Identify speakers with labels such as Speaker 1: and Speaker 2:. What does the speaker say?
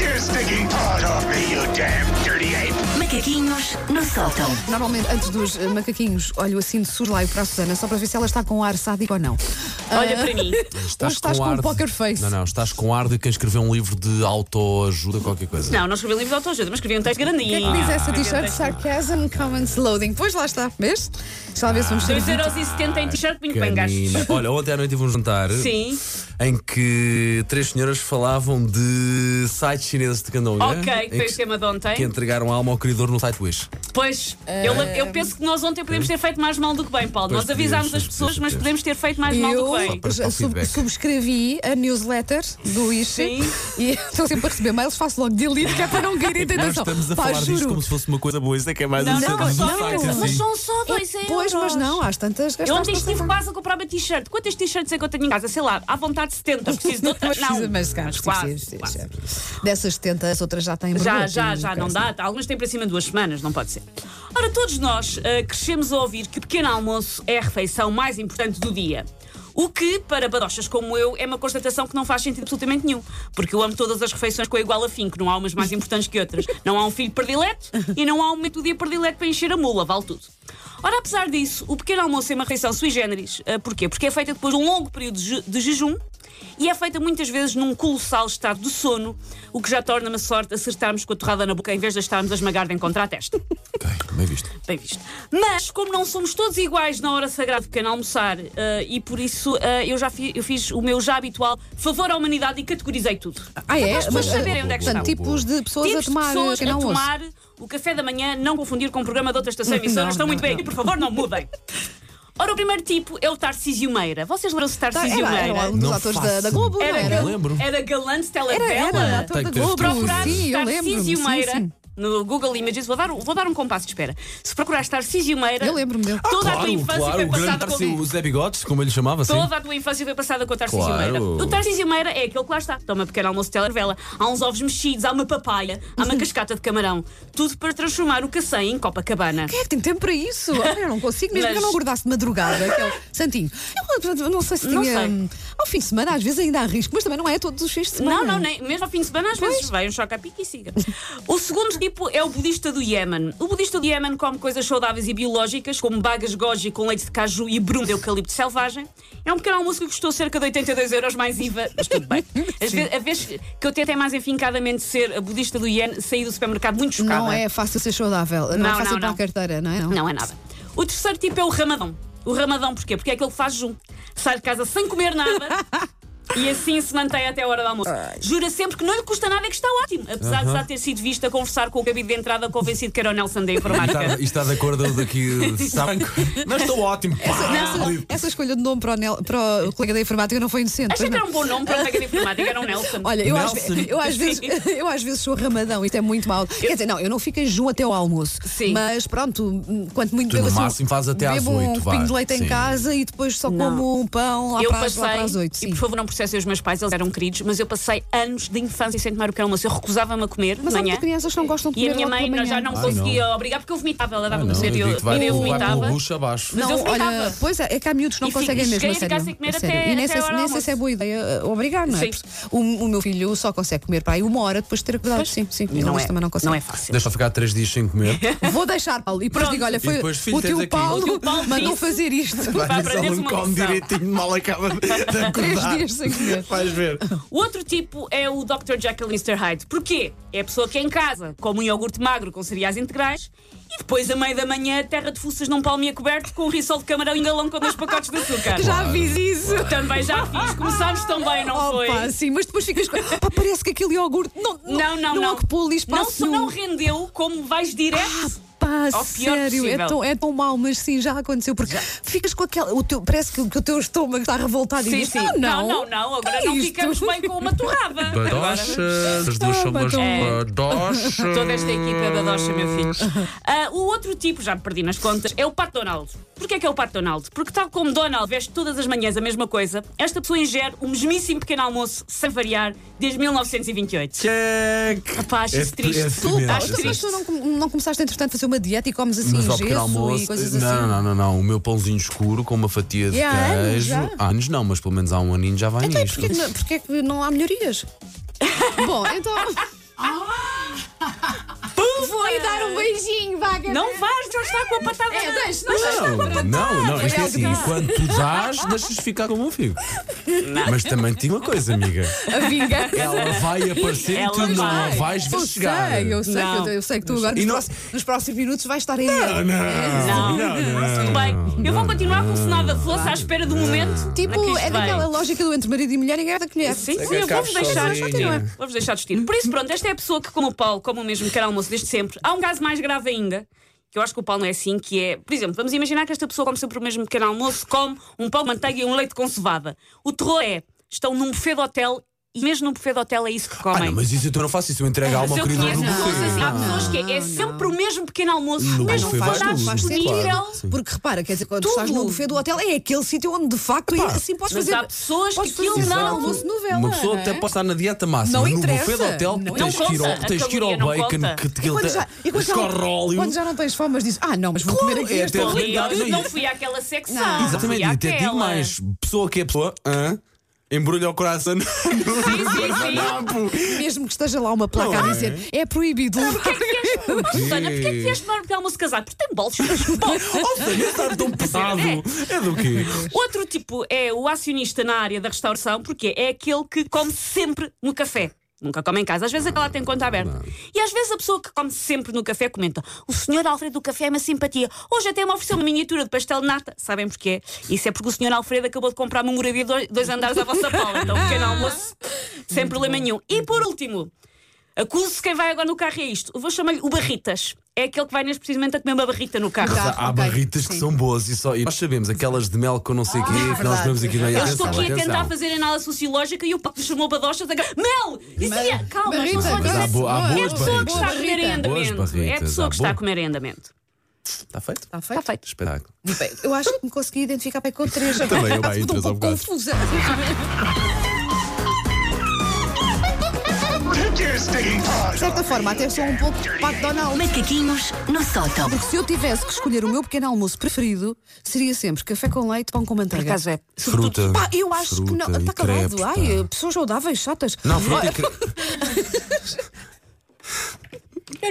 Speaker 1: fucking paws off me, you damn dirty ape!
Speaker 2: Macaquinhos no sótão.
Speaker 3: Normalmente, antes dos eh, macaquinhos, olho assim de surlaio para a Susana, só para ver se ela está com ar sádico ou não.
Speaker 4: Olha para mim.
Speaker 3: Hoje estás com um
Speaker 5: de-
Speaker 3: poker face.
Speaker 5: Não, não, estás com ar de quem escreveu um livro de autoajuda, qualquer coisa.
Speaker 4: Não, não escrevi livro de autoajuda, mas escrevi um texto
Speaker 3: O que é
Speaker 4: grandinho.
Speaker 3: que diz essa t-shirt? Sarcasm, comments, loading. Pois lá está, vês? Deixa lá ver se vamos ter.
Speaker 4: 2,70€ em t-shirt, pingo pangas.
Speaker 5: Canina. Olha, ontem à noite tive um jantar
Speaker 4: Sim.
Speaker 5: em que três senhoras falavam de sites chineses de candonga.
Speaker 4: Ok,
Speaker 5: em
Speaker 4: que é foi o tema de
Speaker 5: É que
Speaker 4: ontem.
Speaker 5: entregaram a alma ao criador no site Wish.
Speaker 4: Pois, eu, eu penso que nós ontem podemos ter feito mais mal do que bem, Paulo.
Speaker 5: Pois
Speaker 4: Nós avisámos
Speaker 5: podíamos,
Speaker 4: as pessoas, mas
Speaker 5: podíamos.
Speaker 4: podemos ter feito mais mal do que bem.
Speaker 3: Eu
Speaker 5: para
Speaker 3: já
Speaker 5: o
Speaker 3: sub-
Speaker 5: feedback.
Speaker 3: subscrevi a newsletter do Ishi
Speaker 4: Sim.
Speaker 3: e estou sempre a receber mails, faço logo delete, que é para não cair em
Speaker 5: Nós
Speaker 3: tentação.
Speaker 5: estamos a
Speaker 3: Pá,
Speaker 5: falar disto
Speaker 3: juro.
Speaker 5: como se fosse uma coisa boa. Isto é que é mais
Speaker 4: Não,
Speaker 5: um
Speaker 4: não,
Speaker 5: sítio de
Speaker 4: só
Speaker 5: site,
Speaker 4: eu.
Speaker 5: assim.
Speaker 4: Mas
Speaker 3: são só
Speaker 4: dois euros.
Speaker 3: Pois, mas não, às tantas
Speaker 4: Eu
Speaker 3: gastaste.
Speaker 4: ontem estive quase a comprar uma t-shirt. Quantas t-shirts é que eu tenho em casa? Sei lá, à vontade 70. Preciso de outra.
Speaker 3: Mas precisa, mas, cá,
Speaker 4: mas
Speaker 3: precisa,
Speaker 4: quase,
Speaker 3: precisa,
Speaker 4: quase.
Speaker 3: precisa. Dessas 70, as outras já têm
Speaker 4: Já,
Speaker 3: borboleta
Speaker 4: já,
Speaker 3: e
Speaker 4: já, não
Speaker 3: coisa.
Speaker 4: dá. Algumas têm para cima de duas semanas, não pode ser. Ora, todos nós ah, crescemos a ouvir que pequeno almoço é a refeição mais importante do dia. O que, para badochas como eu, é uma constatação que não faz sentido absolutamente nenhum. Porque eu amo todas as refeições com igual afinco, não há umas mais importantes que outras. Não há um filho predileto e não há um momento do dia predileto para encher a mula, vale tudo. Ora, apesar disso, o pequeno almoço é uma refeição sui generis. Ah, porquê? Porque é feita depois de um longo período de ju- de jejum e é feita muitas vezes num colossal estado de sono, o que já torna uma sorte acertarmos com a torrada na boca em vez de a estarmos a esmagar de encontrar a testa.
Speaker 5: Ok, bem visto.
Speaker 4: Bem visto. Mas, como não somos todos iguais na hora sagrada do pequeno almoçar, eh, e por isso eh, eu já fi- eu fiz o meu já habitual favor à humanidade e categorizei tudo.
Speaker 3: Ah, é?
Speaker 4: Para as pessoas saberem onde é que
Speaker 3: portanto,
Speaker 4: estão.
Speaker 3: tipos de pessoas a
Speaker 4: Tipos
Speaker 3: tomar
Speaker 4: de pessoas
Speaker 3: quem
Speaker 4: a
Speaker 3: não ouça.
Speaker 4: tomar o café da manhã, não confundir com o programa de outra estação emissora.
Speaker 3: Não,
Speaker 4: Estão muito
Speaker 3: não,
Speaker 4: bem
Speaker 3: não.
Speaker 4: aqui, por favor, não mudem. Ora, o primeiro tipo é o Tarcísio Meira. Vocês lembram-se de
Speaker 3: Tá,
Speaker 4: Tarcísio
Speaker 3: era, era
Speaker 4: Meira?
Speaker 3: um dos
Speaker 5: Não
Speaker 3: atores da,
Speaker 5: faço.
Speaker 3: da Globo, não
Speaker 4: Era,
Speaker 3: era?
Speaker 4: gal-
Speaker 5: Eu lembro.
Speaker 4: era galante
Speaker 3: Era,
Speaker 4: telenovela.
Speaker 3: era,
Speaker 5: Tem
Speaker 3: ator da
Speaker 5: que ter
Speaker 3: Globo.
Speaker 4: procurar
Speaker 3: Sim, eu
Speaker 4: Tarcísio
Speaker 3: lembro-me. Sim,
Speaker 4: Meira
Speaker 3: sim.
Speaker 4: no Google Images, vou dar, um- vou dar um compasso de espera. Se procurares Tarcísio Meira,
Speaker 3: Eu lembro-me dele.
Speaker 4: toda a tua
Speaker 5: Ah, Claro,
Speaker 4: infância
Speaker 5: claro,
Speaker 4: foi
Speaker 5: o grande
Speaker 4: passada
Speaker 5: Tarcísio,
Speaker 4: com
Speaker 5: o Zé Bigotes, como ele chamava, assim.
Speaker 4: Toda a tua infância foi passada com o Tarcísio
Speaker 5: Claro.
Speaker 4: Meira. O Tarcísio Meira é aquele que lá está. Toma pequeno almoço de telenovela, há uns ovos mexidos, há uma papaya, há
Speaker 3: Uhum.
Speaker 4: uma cascata de camarão. Tudo para transformar o cacém em Copacabana.
Speaker 3: Quem é que tem tempo para isso? Ah, eu não consigo, mesmo
Speaker 4: Mas-
Speaker 3: que eu não acordasse de madrugada. Aquele... Santinho, eu, eu não sei se
Speaker 4: Não
Speaker 3: tinha.
Speaker 4: sei.
Speaker 3: hum, Ao fim de semana, às vezes ainda há risco, mas também não é todos os fins de semana.
Speaker 4: Não, não, nem, mesmo ao fim de semana às vezes vai um choque à pique e siga. O segundo tipo é o budista do Iémen. O budista do Iémen come coisas saudáveis e biológicas, como bagas goji com leite de caju e brume de eucalipto selvagem. É um pequeno almoço que custou cerca de 82 euros mais IVA, mas tudo bem. Às ve- a vez que eu tentei mais enfincadamente ser a budista do Iémen, saí do supermercado muito chocada.
Speaker 3: Não é fácil ser saudável. Não, é
Speaker 4: Não,
Speaker 3: fácil
Speaker 4: não,
Speaker 3: para a
Speaker 4: não.
Speaker 3: carteira, não é?
Speaker 4: Não é nada. O terceiro tipo é o ramadão. O ramadão porquê? Porque é aquele que faz jejum. Sai de casa sem comer nada. E assim se mantém até a hora do almoço. Jura sempre que não lhe custa nada e que está ótimo. Apesar de já ter sido visto a conversar com o cabide de entrada convencido que era o Nelson da
Speaker 5: E está,
Speaker 4: informática.
Speaker 5: e está de acordo daqui, sabe? Não estou ótimo. pá.
Speaker 3: Essa, essa escolha de nome para o, Nel- para o colega da informática não foi inocente. pois
Speaker 4: Achei que era
Speaker 3: não.
Speaker 4: um bom nome para o cabide de informática, era o Nelson.
Speaker 3: Olha, eu às, ve-
Speaker 5: Nelson.
Speaker 3: eu às vezes, eu às vezes sou ramadão, isto é muito mau. Quer dizer, não, eu não fico em junho até ao almoço.
Speaker 4: Sim.
Speaker 3: Mas pronto, hum, quanto muito
Speaker 5: Tu, no
Speaker 3: bebo, assim,
Speaker 5: máximo, fazes até às
Speaker 3: bebo um
Speaker 5: oito, vá.
Speaker 3: copinho de leite em
Speaker 5: Sim.
Speaker 3: casa e depois só
Speaker 4: Não.
Speaker 3: como um pão lá,
Speaker 4: eu
Speaker 3: para, as-
Speaker 4: passei,
Speaker 3: lá para as oito.
Speaker 4: e
Speaker 3: sim.
Speaker 4: por favor não processem os meus pais, eles eram queridos, mas eu passei anos de infância sem tomar o pequeno almoço. Eu recusava-me a comer de
Speaker 3: Mas há
Speaker 4: manhã.
Speaker 3: muitas crianças que não gostam de comer
Speaker 4: E a minha
Speaker 3: logo
Speaker 4: mãe
Speaker 3: de manhã.
Speaker 4: já não
Speaker 5: Ah,
Speaker 4: conseguia obrigar porque eu vomitava,
Speaker 3: Ah,
Speaker 4: ela dava-me
Speaker 5: Não,
Speaker 4: um
Speaker 5: eu
Speaker 4: sério.
Speaker 5: digo que vai,
Speaker 4: Eu
Speaker 5: vai pelo
Speaker 4: vomitava.
Speaker 5: bucho abaixo.
Speaker 4: Mas
Speaker 3: não,
Speaker 4: eu
Speaker 3: olha,
Speaker 4: vomitava.
Speaker 3: pois é, é que há miúdos que não
Speaker 4: E fico-
Speaker 3: conseguem mesmo.
Speaker 4: cheguei
Speaker 3: a
Speaker 4: a ficar
Speaker 3: sério,
Speaker 4: sem comer
Speaker 3: a sério.
Speaker 4: até-
Speaker 3: E nem
Speaker 4: até
Speaker 3: sei,
Speaker 4: a hora
Speaker 3: se-
Speaker 4: do
Speaker 3: nem sei se é
Speaker 4: almoço.
Speaker 3: boa ideia uh, obrigar, não é?
Speaker 4: Sim.
Speaker 3: Porque O, o meu filho só consegue comer para aí uma hora depois de ter acordado. Sim, sim.
Speaker 4: E não
Speaker 3: Mas
Speaker 4: é,
Speaker 3: também não consegue.
Speaker 4: não é fácil.
Speaker 5: Deixa eu ficar três dias sem comer.
Speaker 3: Vou deixar, Paulo. E depois
Speaker 4: Pronto.
Speaker 3: digo, olha, foi
Speaker 5: depois, filho,
Speaker 3: o,
Speaker 5: tens
Speaker 3: teu
Speaker 5: aqui.
Speaker 3: Paulo
Speaker 4: O teu Paulo
Speaker 3: mandou
Speaker 4: disse.
Speaker 3: fazer isto.
Speaker 4: Vai aprender
Speaker 5: Só um
Speaker 4: uma
Speaker 5: come
Speaker 4: lição.
Speaker 5: direitinho, mal acaba de acordar.
Speaker 3: Três dias sem comer.
Speaker 5: Vais ver.
Speaker 4: O outro tipo é o Dr. Jekyll e Mr. Hyde. Porquê? É a pessoa que em casa come um iogurte magro com cereais integrais e depois, a meio da manhã, terra de fuças num palmia coberto com um risol de camarão e galão com dois pacotes de açúcar.
Speaker 3: Já fiz isso.
Speaker 4: Também já fiz. Começámos tão bem, não foi?
Speaker 3: Opa, sim, mas depois ficas com. Pá, parece que aquele iogurte não,
Speaker 4: Não, não, não.
Speaker 3: ocupou ali
Speaker 4: não
Speaker 3: espaço
Speaker 4: só
Speaker 3: nenhum.
Speaker 4: não rendeu, como vais
Speaker 3: Ah,
Speaker 4: direto.
Speaker 3: Pá,
Speaker 4: Ao pior
Speaker 3: sério, é
Speaker 4: possível.
Speaker 3: tão, é tão mau, mas sim, já aconteceu. Porque ficas com aquela. O teu, parece que, que o teu estômago está revoltado e
Speaker 4: sim,
Speaker 3: diz, "Ah,
Speaker 4: sim.
Speaker 3: Não, não,
Speaker 4: não, não. Agora
Speaker 3: Que é
Speaker 4: não
Speaker 3: isto?
Speaker 4: ficamos bem com uma torrada. Agora-
Speaker 5: Badochas, as duas
Speaker 3: Ah,
Speaker 5: são umas
Speaker 4: badochas.
Speaker 5: badochas.
Speaker 4: Toda esta equipa é da Docha, meu filho. Ah, o outro tipo, já me perdi nas contas, é o Pato Donald. Porquê é que é o Pato Donald? Porque, tal como Donald veste todas as manhãs a mesma coisa, esta pessoa ingere o mesmíssimo pequeno almoço, sem variar, desde 1928.
Speaker 5: Check.
Speaker 4: Rapaz,
Speaker 5: É
Speaker 4: isso triste.
Speaker 5: tri- é
Speaker 3: Tu,
Speaker 5: Sim,
Speaker 3: Paulo,
Speaker 5: sim,
Speaker 3: então,
Speaker 5: sim.
Speaker 3: mas tu não, com- não começaste, entretanto, a fazer uma dieta e comes assim
Speaker 5: Mas ao pequeno
Speaker 3: gesso
Speaker 5: almoço.
Speaker 3: e coisas assim.
Speaker 5: Não, não, não, não. O meu pãozinho escuro com uma fatia de
Speaker 3: E há anos
Speaker 5: queijo.
Speaker 3: já?
Speaker 5: Há anos não, mas pelo menos há um aninho já vai
Speaker 3: Então, e
Speaker 5: nisto.
Speaker 3: porquê, que não- porquê que não há melhorias? Bom, então.
Speaker 6: Vou lhe dar um beijinho, vaga.
Speaker 4: Não vais, já está com a patada.
Speaker 6: É,
Speaker 4: na-
Speaker 6: deixa, não deixa.
Speaker 5: Não, não, não, isto é
Speaker 6: Olha,
Speaker 5: assim,
Speaker 6: tá.
Speaker 5: enquanto tu dás, deixas ficar como um figo. Mas também te digo uma coisa, amiga.
Speaker 6: A vingança.
Speaker 5: Ela vai aparecer e
Speaker 4: Ela
Speaker 5: tu não a
Speaker 4: vai.
Speaker 5: vais ver
Speaker 3: é? Eu
Speaker 5: chegar.
Speaker 3: sei, eu sei, que eu,
Speaker 4: Não.
Speaker 3: eu sei que tu agora
Speaker 5: E
Speaker 3: nos,
Speaker 5: nós-
Speaker 3: pro- nos próximos minutos vais estar aí.
Speaker 5: Ah, Não, não,
Speaker 4: Não.
Speaker 5: não,
Speaker 4: Tudo bem. Eu vou
Speaker 5: não,
Speaker 4: continuar
Speaker 5: não.
Speaker 4: como se nada fosse à espera do momento. em que
Speaker 3: Tipo,
Speaker 4: isto
Speaker 3: é
Speaker 4: vai.
Speaker 3: daquela lógica do entre marido e mulher, ninguém te conhece.
Speaker 4: Sim, sim, eu
Speaker 5: Acabes
Speaker 4: vou-vos deixar
Speaker 5: sozinha.
Speaker 4: discutir. Vou-vos deixar discutir. Por isso, pronto, esta é a pessoa que, como o Paulo, como o mesmo quer almoço desde sempre, há um caso mais grave ainda. Que eu acho que o Paulo não é assim, que é, por exemplo, vamos imaginar que esta pessoa come sempre o mesmo pequeno almoço, come um pão de manteiga e um leite com cevada. O terror é, estão num buffet de hotel e mesmo num buffet de hotel é isso que
Speaker 5: Ah,
Speaker 4: comem.
Speaker 5: não, mas isso eu não faço, isso eu entrego a alma
Speaker 4: Mas
Speaker 5: ao
Speaker 4: eu
Speaker 5: querido
Speaker 4: conheço
Speaker 5: do
Speaker 4: pessoas, assim, há
Speaker 5: buffet.
Speaker 4: pessoas que é, é sempre o mesmo pequeno almoço,
Speaker 5: No
Speaker 4: mesmo
Speaker 5: buffet vai
Speaker 4: verdade
Speaker 5: tudo,
Speaker 3: faz sentido.
Speaker 4: disponível.
Speaker 5: claro. Sim.
Speaker 3: Porque repara, quer dizer, quando tu
Speaker 4: Tudo.
Speaker 3: estás no buffet do hotel é aquele sítio onde de facto assim podes
Speaker 4: Mas
Speaker 3: fazer.
Speaker 4: há pessoas
Speaker 3: podes
Speaker 4: que aquilo
Speaker 3: fazer
Speaker 4: dá
Speaker 3: almoço novela.
Speaker 5: Uma pessoa
Speaker 3: não é?
Speaker 5: até pode estar na dieta máxima.
Speaker 3: Não
Speaker 5: no
Speaker 3: interessa.
Speaker 5: buffet de hotel,
Speaker 3: Não
Speaker 5: tens que ir ao,
Speaker 4: interessa.
Speaker 5: tens que ir ao
Speaker 4: A caloria não
Speaker 5: bacon,
Speaker 4: conta.
Speaker 5: que te-
Speaker 3: Quando já, e
Speaker 5: que
Speaker 3: quando, já não,
Speaker 5: escorre óleo.
Speaker 3: quando já não tens fome, mas dizes, ah, não, mas vou comer aqui
Speaker 5: é
Speaker 3: este
Speaker 5: ter-
Speaker 4: Ali,
Speaker 5: Não, não,
Speaker 4: não
Speaker 5: não.
Speaker 4: fui àquela secção. fui
Speaker 5: Exatamente, e até digo
Speaker 4: àquela.
Speaker 5: mais: pessoa que é pessoa, hã? embrulha o coração no guardanapo.
Speaker 3: mesmo que esteja lá uma placa
Speaker 5: Não
Speaker 3: a
Speaker 5: é?
Speaker 3: dizer, é proibido.
Speaker 4: Oh, Susana, porquê que vieste tomar de almoço casado? Porque tem bolos. Bom,
Speaker 5: Ou seja, está tá tão pesado. É do quê?
Speaker 4: outro tipo é o acionista na área da restauração, porque é aquele que come sempre no café. Nunca come em casa, às vezes aquela tem conta aberta. E às vezes a pessoa que come sempre no café comenta: O senhor Alfredo do café é uma simpatia. Hoje até me ofereceu uma miniatura de pastel de nata. Sabem porquê? Isso é porque o senhor Alfredo acabou de comprar uma moradia de dois- dois andares à vossa Paula. Então, pequeno almoço, sem problema nenhum. E por último, Acuso-se quem vai agora no carro é isto. Eu vou chamar-lhe o Barritas. É aquele que vai neste precisamente a comer uma barrita no carro.
Speaker 5: Há, há
Speaker 3: ok.
Speaker 5: barritas que são boas e só. E nós sabemos, aquelas de mel com não sei o quê, que nós vemos aqui na
Speaker 4: Ah, é Eu estou aqui a tentar fazer análise sociológica e o papo chamou badochas a... Mel! Isso é...
Speaker 5: Ah,
Speaker 4: Calma,
Speaker 3: Barrita,
Speaker 4: não
Speaker 3: mas
Speaker 5: há bo- há
Speaker 4: olha, é a
Speaker 5: boas
Speaker 4: pessoa que está a
Speaker 3: barritas.
Speaker 4: comer em
Speaker 5: Boas
Speaker 4: andamento. É a
Speaker 5: barritas,
Speaker 4: pessoa que
Speaker 5: há
Speaker 4: está a
Speaker 5: bo-
Speaker 4: comer em andamento.
Speaker 5: Está Tá feito?
Speaker 4: Tá
Speaker 5: Está
Speaker 3: Tá feito? Está feito.
Speaker 5: Espetáculo.
Speaker 3: Bem, Eu acho que me consegui identificar bem com três.
Speaker 5: Também eu,
Speaker 3: Estou
Speaker 5: bem,
Speaker 3: um
Speaker 5: três
Speaker 3: pouco
Speaker 5: ao bocado.
Speaker 3: confusa.
Speaker 1: Take your stinking paws
Speaker 3: De certa forma, até sou um pouco Pato Donald.
Speaker 2: Macaquinhos no sótão.
Speaker 3: Porque se eu tivesse que escolher o meu pequeno almoço preferido, seria sempre café com leite, pão com manteiga.
Speaker 4: é.
Speaker 5: Fruta.
Speaker 3: Pá, eu acho que não.
Speaker 5: fruta e
Speaker 3: Está acabado.
Speaker 5: crepe,
Speaker 3: Ai,
Speaker 5: pá.
Speaker 3: pessoas saudáveis, chatas.
Speaker 5: Não, fruta e crepe.